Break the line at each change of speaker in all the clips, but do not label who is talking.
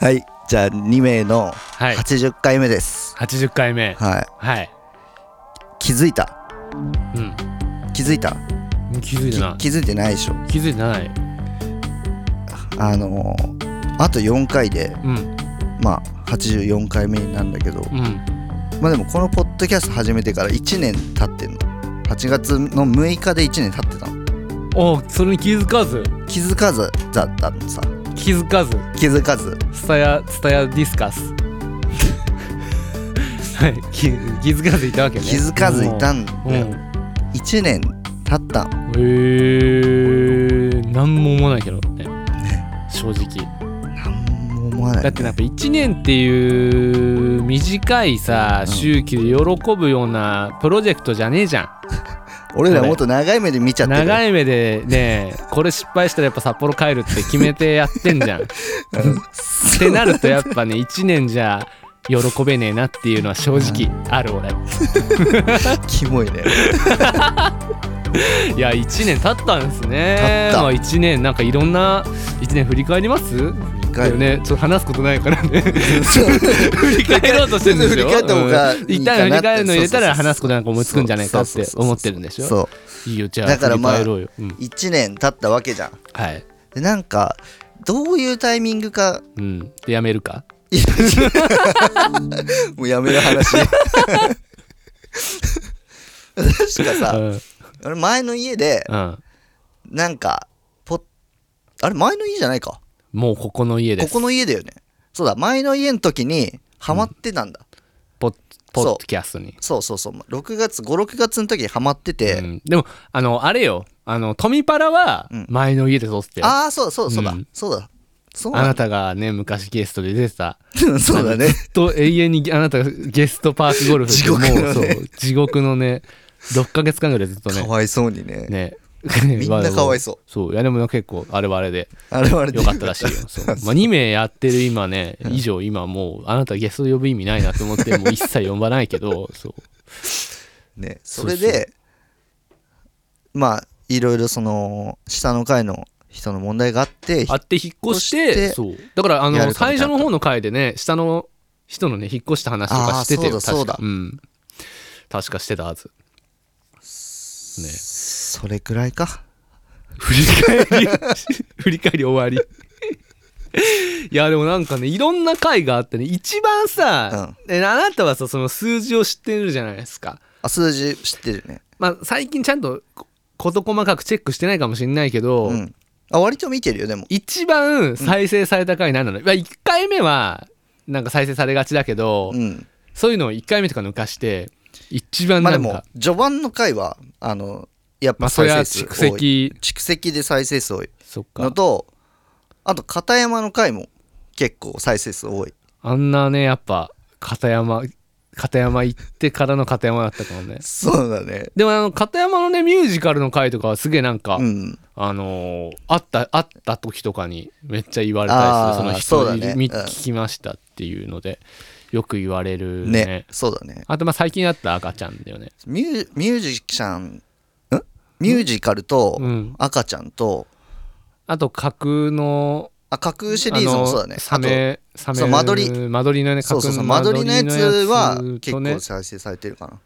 はいじゃあ2名の
はい
80回目です、
80回目
はい
はい
気づいた
うん
気づいた
気づいて
き
な
気づいてないでしょ
い気づいてない
あのーあと4回で
うん
まあ84回目なんだけど
うん
まあでもこのポッドキャスト始めてから1年経ってんの8月の6日で1年経ってたの
おうそれに気づかず
気づかずだったのさ
気づかず
気づかず
スタヤスタヤディスカス はい気気づかずいたわけね
気づかずいたんだ
うん
よ、
うん
1年経ったの
へえー、何も思わないけどね正直
何も思わない
だってなんか1年っていう短いさ
うん
周期で喜ぶようなプロジェクトじゃねえじゃん
俺らもっと長い目で見ちゃってる
長い目でねこれ失敗したらやっぱ札幌帰るって決めてやってんじゃ ん ってなるとやっぱね1年じゃ喜べねえなっていうのは正直ある俺
キモ いね
いや1年経ったんですね
経った
まあ、1年なんかいろんな1年振り返りますだ
返
よ
る
ねちょっと話すことないから ね
振
振り返ろうとしてるんでし
振り
ょ
返った方がいいかなって
一旦振り返るの入れたら話すことなんか思いつくんじゃないかっ
そう
て
そうそうそう
思ってるんでしょ
そう
いいよじゃあ
だから
振り
まあ
返ろうよ、うん
1年経ったわけじゃん
はい、
でなんかどういうタイミングか
うん、でやめるか
いやもうやめる話確か
う
さ
ん、
俺前の家で
うん、
なんかポッあれ前の家じゃないか
もうここの家で
こ
す
この家だよねそうだ前の家の時にハマってたんだ、
ポッポッドキャストに、
そうそうそう6月56月の時にハマってて、
うん、でもあのあれよあのトミパラは
うん
前の家で撮ってよ、
ああそうだそうだそうだ、
うん
そうだそう
あ
だ
なたがね昔ゲストで出てた
そうだね
ずっと永遠にあなたがゲストパークゴルフって
地獄のね
もうそう地獄のね6ヶ月間ぐらいずっと
か
ね
わいそうにね
ね
みんなかわいそう
そういやでも結構あれはあ れで
あれはあれで
よかったらしいよ そう、まあ、2名やってる今ね以上今もうあなたゲスト呼ぶ意味ないなと思ってもう一切呼ばないけどそう
ねそれでまあいろいろその下の階の人の問題があって
あって引っ越し
引って越して
そうだからあ
や
の
るとこ
最
になった
初の方の回でね下の人のね引っ越した話とかしててよ
あーそうだ
確かうん確かしてたはず ね
それくらいか
振り返り 振り返り 終わりいやでもなんかねいろんな回があってね一番さ、えあなたはさその数字を知ってるじゃないですか
あ数字知ってるね
まあ最近ちゃんとこ事細かくチェックしてないかもしれないけど、
うんあ割と見てるよでも
一番再生された回何なの、まあ、1回目はなんか再生されがちだけど、
うん
そういうのを1回目とか抜かして一番
まあ
な
で
んか、ま
も
あ、
序盤の回はあのやっぱ
そ
再
れは
生数
蓄
多い
積
蓄積で再生数多い
そっ
の
か
とあと片山の回も結構再生数多 い
あんなねやっぱ片山片山行ってからの片山だったかもね
そうだね
でもあの片山のねミュージカルの回とかはすげえなんか、
うん
あのー、あったあった時とかにめっちゃ言われたりする
あー
その人
そうだね
み
うん
聞きましたっていうのでよく言われるね
ねそうだね
あとまあ最近あった赤ちゃんだよね
ミューミュージシャンんミュージカルと
うん
赤ちゃんと
あと架空の
あ架空シ
あ
リーズも
の
そうだね
サメサメ
そう間取り
間取りのね
あとそうそうそう
架空
間取りのやつは結
とね
構再生されてるかな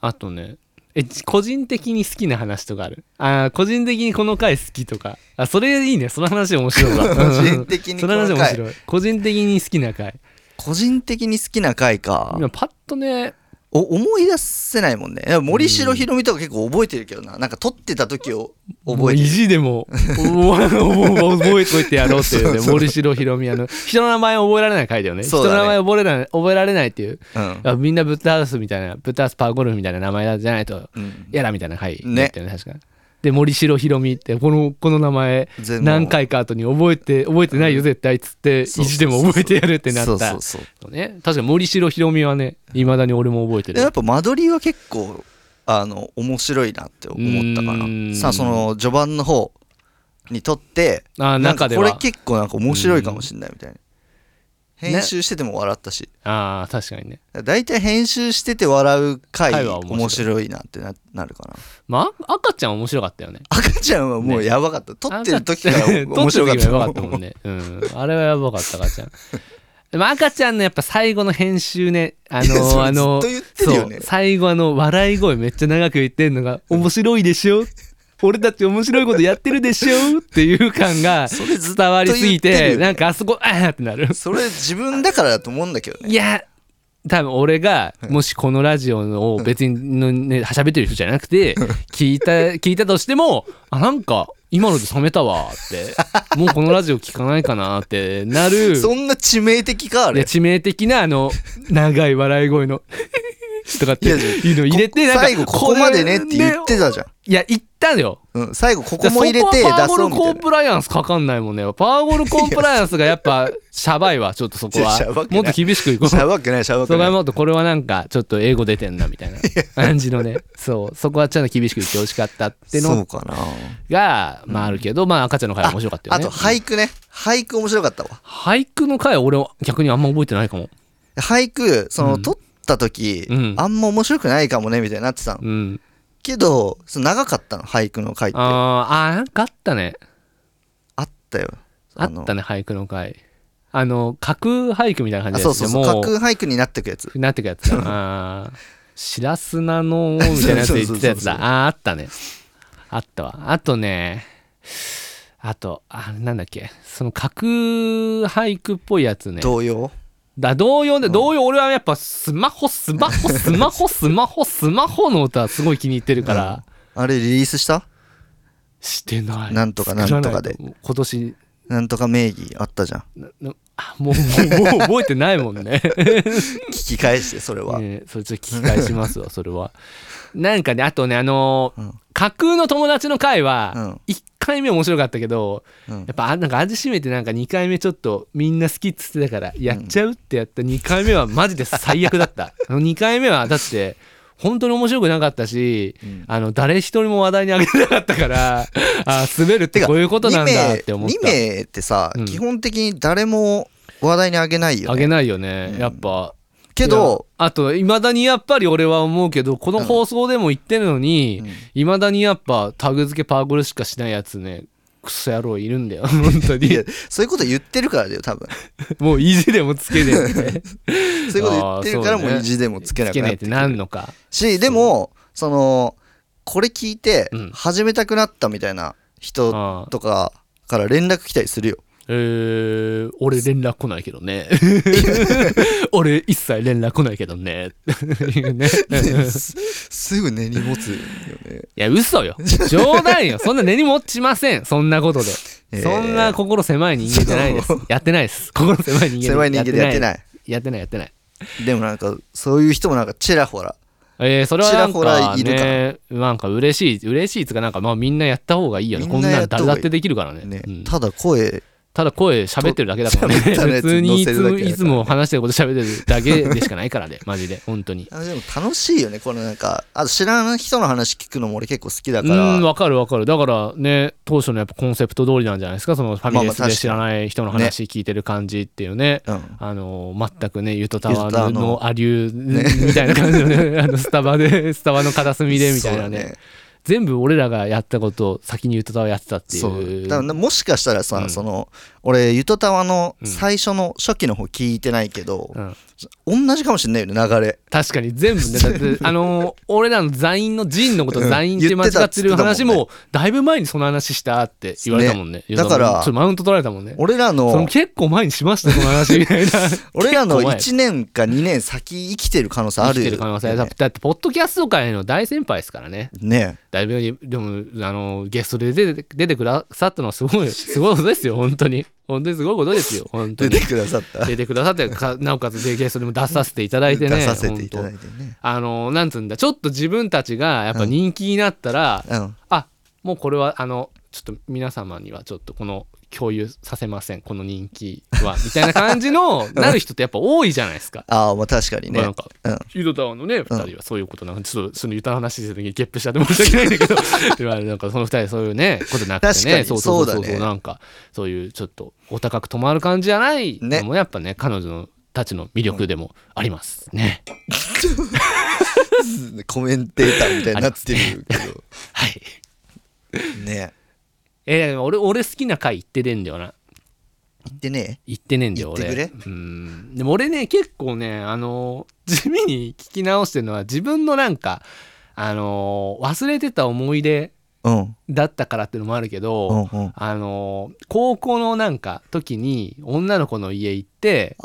あとねえち個人的に好きな話とかあるあー個人的にこの回好きとかあそれいいねその話面白いわ
個人的に
そ
この
の
回
話面白い個人的に好きな回
個人的に好きな回か
今パッとね
お思い出せないもんねでも森城ひろみとか結構覚えてるけどななんか撮ってた時を覚えて
もう意
る
地でもおおおお覚えといてやろうっていうね
そうそう
森城ひろみあの人の名前を覚えられない回だよね
そう
人
だね
の名前を覚えられない覚えられないっていう
うん
あみんなブッダハウスみたいなブッダハウスパワーゴルフみたいな名前じゃないと
うん
やらみたいな回
ね
だったよね確かで森城ひろみってこのこの名前
全部
何回か後に覚えて覚えてないよ絶対っつって意
そうそう
地でも覚えてやるってな
そ
っ
う
た
そうそう
ね確か森城ひろみはねいまだに俺も覚えて
でやっ
る
ぱ間取りは結構あの面白いなって思ったか
うー
なんさあその序盤の方にとって
あー
なんか
中で
これ
は
結構なんか面白いかもしれないみたいな編集してても笑ったし、
ああ確かにね
大体編集してて笑う回
回は面白い
面白いなってななるかな
まあ赤ちゃん面白かったよね
赤ちゃんはもうやばかった、撮ってる時から面白かった
撮ってる時はやばかったもんねうんあれはやばかった赤ちゃんでも赤ちゃんのやっぱ最後の編集ねあ
いや そ
の
れ
あの
ずっと言ってるよね
そう最後あの笑い声めっちゃ長く言ってんのが面白い でしょ俺たち面白いことやってるでしょっていう感が
それずっと
伝わりすぎて
言ってるよね
なんかあそこあーってなる
それ自分だからだと思うんだけどね
いや多分俺がもしこのラジオを別にの、ね、 喋ってる人じゃなく て聞いた聞いたとしてもあなんか今ので冷めたわってもうこのラジオ聞かないかなってなる
そんな致命的かあ
いや
れ
致命的なあの長い笑い声の とかって
いや
いうのを入れて
こ
なんか
最後ここまでねって言って
ね
たじゃん、
いや言ったのよ
うん、最後ここも入れて出
そこはパーゴ
そう
ル
みた
コ
い
ン
な
プライアンスかかんないもんねパーゴルコンプライアンスがやっぱシャバいわちょっとそこ
いや
は
シャバくない
もっと厳しくいこう
しゃばくないしゃば
そ
く
こ
な
はいもっとこれはなんかちょっと英語出てんなみた いな感じのねそうそこはちゃんと厳しく言ってほしかったって
そ
の
うかな
がまああるけどまあ赤ちゃんの回は面白かったよ
あ
ね
と俳句ね俳句面白かったわ
俳句の回は俺は逆にあんま覚えてないかも
俳句その、
うん
撮った時、
うん
あんま面白くないかもねみたいになってたの
うん
けどその長かったの俳句の回ってあ
あーあーなんかあったね
ったよ
あ
の
ったね俳句の回あの架空俳句みたいな感
あ
じ
そ
で
う
す
そう
ね
そう
も
架
う
空俳句になってくやつ
なってくやつだな あー白砂の王みたいなやつ言ってたやつ
そうそうそうそう
だあーあったねあったわあとねあとあなんだっけその架空俳句っぽいやつね
童謡
だ同様で同様俺はやっぱスマホスマホスマホスマホスマホの歌すごい気に入ってるから、
あれリリースした
してない
なんとかなんとかで
作らないと今年
なんとか名義あったじゃん
ななあもうもうもう覚えてないもんね
聞き返してそれは、
ねえそれちょっと聞き返します わそれはなんかねあとねあのー
うん
架空の友達の回
う
は
ん
1回目面白かったけど、
うん
やっぱあなんか味しめてなんか2回目ちょっとみんな好きっつってたからやっちゃうってやった2回目はマジで最悪だった あの2回目はだって本当に面白くなかったし、
うん
あの誰一人も話題に上げてなかったからあ滑るって
てか
こういうことなんだって思っ
2
た
名二名ってさ、
うん
基本的に誰も話題にあげないよ、
上
ね、
げないよね、やっぱ
けど
いやあといまだにやっぱり俺は思うけどこの放送でも言ってるのに
うん
いま、未だにやっぱタグ付けパーゴルしかしないやつねクソ野郎いるんだよ 本当
い
に
やそういうこと言ってるからだよ多分
もう意地でもつけねえって
そういうこと言ってるから
あーそう
も
ね
う意地でもつけなく
つけ
な
な
っ
い
て
っ
く
て
る
なんのか
しでもそのこれ聞いて
うん
始めたくなったみたいな人
ああ
とかから連絡来たりするよ
えー、俺連絡来ないけど ね俺一切連絡来ないけどねいうね
すすぐ根に持つよね
いや、嘘よ。冗談よ。そんな根に持ちません。そんなことで。
えー
そんな心狭い人間じゃないです
そう。
やってないです。心狭い人間。
狭い人間でやってないい
やってない、やってない。
でもなんかそういう人もなんかちらほら
えー、それはなん
ちらほ
から
いる
ね、なんか嬉しい、嬉しいっつうか、なんかまあみんなやった方がいいよね。
み
こん
んな
な
や
の
った
誰
方がい
だ
い
ってできるからね。
ね、
うん
ただ声
ただ声喋ってるだけだから
と
ね。
喋ったやつ
普通に
乗
い
せるだけだ
つ
からね
いつも話してること喋ってるだけでしかないか らね。マジで。本当に。
あでも楽しいよねこのなんかあと知らない人の話聞くのも俺結構好きだ
う
か
ん、
ら
わかるわかる。だからね、当初のやっぱコンセプト通りなんじゃないですか。そのファミレス
まあまあ
で知らない人の話聞いてる感じっていうね。
うん
あの全くねゆとたわ
ゆとたわ
の
の
のアリューみたいな感じのねあのスタバでスタバの片隅でみたいなね全部俺らがやったことを先にゆとたわやってたってい
そうだね
う
そうだからもしかしたらさ、
うん
その俺ゆとたわの最初の初期の方聞いてないけど、
うん
同じかもしんないよね流れ
確かに全部ねだって あの俺らの座員のジンのこと
うん
座員って間違ってる
言ってたっつっ
話
てたもんね
もだいぶ前にその話したって言われたもんね
ねだから
ゆとたわちょっとマウント取られたもんね
俺ら
その
の
結構前にしましたその話みたい な
俺らの
結構前
1年か2年先生きてる可能性ある
生き
よ
てる可能性だだってポッドキャスト界の大先輩ですからね
ね
だいぶでもあのゲストで出て出てくださったのはす ごいすごいことですよ本当に本当にすごいことですよ本当
出て
に
くださ った
出てくださってかなおかつでゲストでも出させていただいてね
出させていただい
本
てね
当あのなんつうんだちょっと自分たちがやっぱ人気になったら、
うん
あもうこれはあのちょっと皆様にはちょっとこの共有させませんこの人気はみたいな感じ のなる人ってやっぱ多いじゃないですか。
ああまあ確かに
ま
ね
あなんか
うん
ユドタワーのね2人はそういうことなんかちょっとそのユタの話してた時にゲップしちゃって申し訳ないんだけどで もあれなんかその2人はそういうねことなく
確
て
か
ね
に
そうそうそうそう
そうだね
なんかそういうちょっとお高く止まる感じじゃないのもやっぱね彼女のたちの魅力でもありますね。
コメンテーターみたいになってるけど
はい
ね
えーでも俺俺好きな回行ってねえんだよな
言ってね
行ってねえんだよ俺
行って
うんでも俺ね結構ねあの地味に聞き直してるのは自分のなんかあの忘れてた思い出
うん
だったからっていうのもあるけど、
うんうん
あの高校のなんか時に女の子の家 行って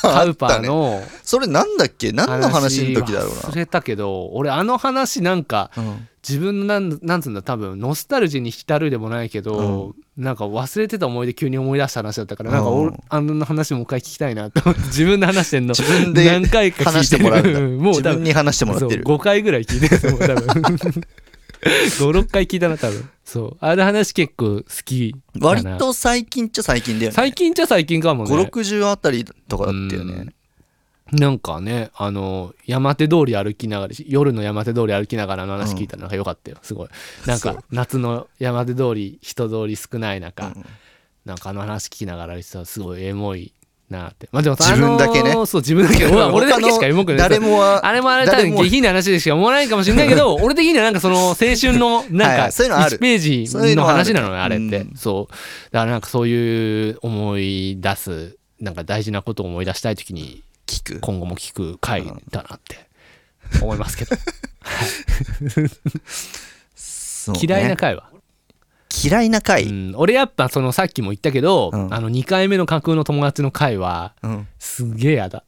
カウパーの
それなんだっけ何の話の時だろう
忘れたけど俺あの話なんか
な、 うん、
自分のなんなんつうんだ多分ノスタルジーに浸るでもないけど、なんか忘れてた思い出急に思い出した話だったからなんか
う
俺
ん
あの話もう一回聞きたいなと思 って自分で話してんの
自分で
何回か聞い
話してもらうんだ
もう
自
多
分
分
に話してもらってる
そう5回ぐらい聞いてるもう多分56回聞いたな多分そうあの話結構好きだ
割
な
と最近っちゃ最近だよね
最近じゃ最近かもね
560あたりとかだったよね
なんかねあの山手通り歩きながら夜の山手通り歩きながらの話聞いたらなんか良かったよすごいなん
そう
か夏の山手通り人通り少ない
う
中、
ん
なんかあの話聞きながら歩いてたらすごいエモいなってまあでもさ
自分だけね
あのーそう自分 だけ俺は俺だけしかエモくない
誰もは
あれもあれ多
誰
分
も
下品な話でしか思わないかもしれないけど 俺的にはなんかその青春の
はい
な
は
んか
いそういうのある
1ページの話なの
そういうの
ねあれっ
はある
てそうだからなんかそういう思い出すなんか大事なことを思い出したい時に
聞く
今後も聞く回だなって思いますけど
そうね
嫌いな回は、
嫌いな回
うん、俺やっぱそのさっきも言ったけど、
うん
あの2回目の架空の友達の回は
うん
すげえや だ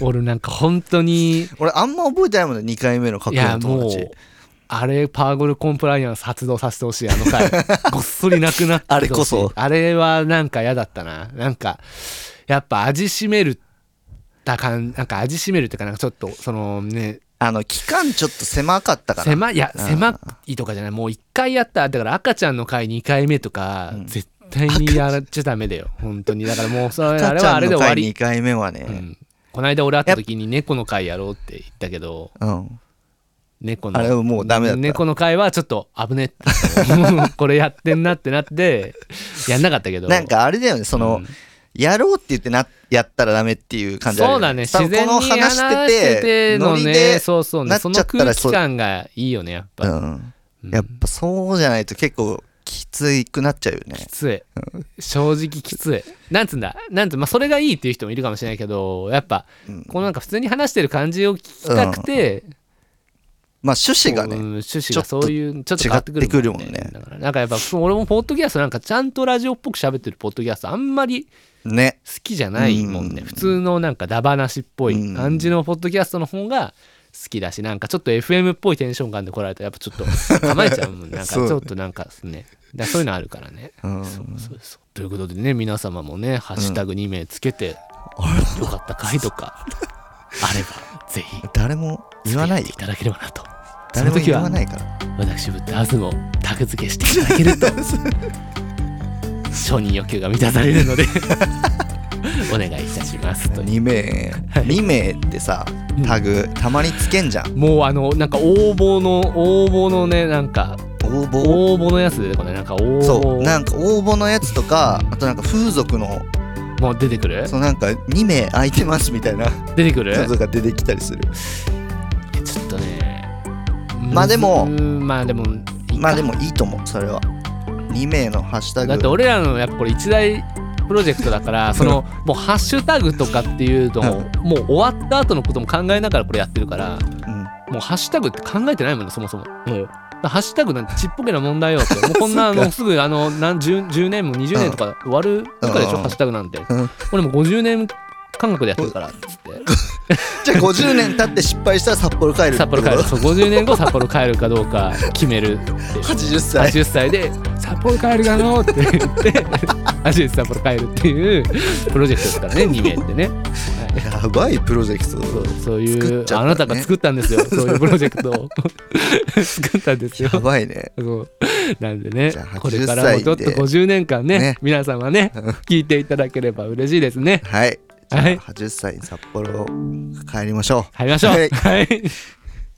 俺なんか本当に
俺あんま覚えてないもんね2回目の架
い
空
や
の
も
友
う
達
あれパーゴルコンプライアンス発動させてほしいあの 回ごっそりなくなってほしい
あれこそ
あれはなんか嫌だったななんかやっぱ味しめるた感なんか味しめるっていうかなんかちょっとそのね
あの期間ちょっと狭かったから
狭いいや狭いとかじゃないもう1回やっただから赤ちゃんの回2回目とか、絶対にやっちゃダメだよ本当にだからもうそれあ
赤
れ
ち
は
ゃ
あ
ん
れで
の
終わ
回
り
2、回目は
う
ね
ん、この間俺会った時に猫の回やろうって言ったけど
うん
猫の
あれはもうダメだった
猫の回はちょっと危ねえ これやってんなってなってやんなかったけど
なんかあれだよねその、
うん
やろうって言ってなやったらダメっていう感じある
そ
よ
うだね
多分
自然に
この話
話
して
して
て
ての
ノリ
ね
で
そうそう
な
ね
っちゃ
そ
っ
の
たら
空
そ
気
う
感がいいよねやっぱ、
うん
うん
やっぱそうじゃないと結構きついくなっちゃうよね
きつい正直きついなんつうんだなんつうまあそれがいいっていう人もいるかもしれないけどやっぱ
うん
このなんか普通に話してる感じを聞きたくて、
まあ趣旨が
うん
ね
趣旨がそういうちょっと
違
変わ
っ
ってく
て
る
く
もんね
るもんね
だからなんかやっぱ俺もポッドキャストなんかちゃんとラジオっぽく喋ってるポッドキャストあんまり
ね
好きじゃないもんね、
うん
普通のなんかダバなしっぽい感じのポッドキャストの方が好きだしなんかちょっと FM っぽいテンション感で来られたらやっぱちょっと構えちゃうもんなんか ち
そうね
ょっとなんかですねだからそういうのあるからね、
うん
そうそうそうということでね皆様もね「ハッシュタグ2名つ けて、よかった回とかあればぜひ
誰も言わない
つぶやいていただければなとそ
誰
の
も
時
言
は
わないから
私ブッダーズもタグ付けしていただけると 承認欲求が満たされるのでお願いいたしますとい
2
う
名2名ってさタグたまにつけんじゃん
もうあのなんか応募の応募のねなんか
応募
応募のやつでこれなんか応募
そうなんか応募のやつとかあとなんか風俗の
もう出てくる
そうなんか2名空いてますみたいな
出てくる
やつが出てきたりする
ちょっとね
まあでも
うーんまあでもいいか
まあでもいいと思うそれは2名のハッシュタグ
だって俺らのやっぱこれ一大プロジェクトだからそのもうハッシュタグとかっていうのをもう終わった後のことも考えながらこれやってるから
うん
もうハッシュタグって考えてないもんねそもそももうハッシュタグなんてちっぽけな問題よってもうこんなあのすぐあの何 10, 10年も20年とか終わるとかでしょ、
うん
ハッシュタグなんて、
ん
俺もう50年感覚でやってるからっつっ
じゃあ50年経って失敗したら札幌帰るってて
札幌帰る
こと
そう50年後札幌帰るかどうか決めるっていう
80歳
80歳で札幌帰るか のって言って80で札幌帰るっていうプロジェクトですからね2名ってね、は
やばいプロジェクト
そうそうい
作
う
っ、ちゃったね
あなたが作ったんですよそういうプロジェク トを作ったんですよ
やばいね
そうなんでね
じゃあ
これからもちょっ
80
と
歳で
50年間ね
ね
皆様ね聞いていただければ嬉しいですね
はいじゃあ
はい
80歳に札幌帰りましょう
入りましょう
はい
はい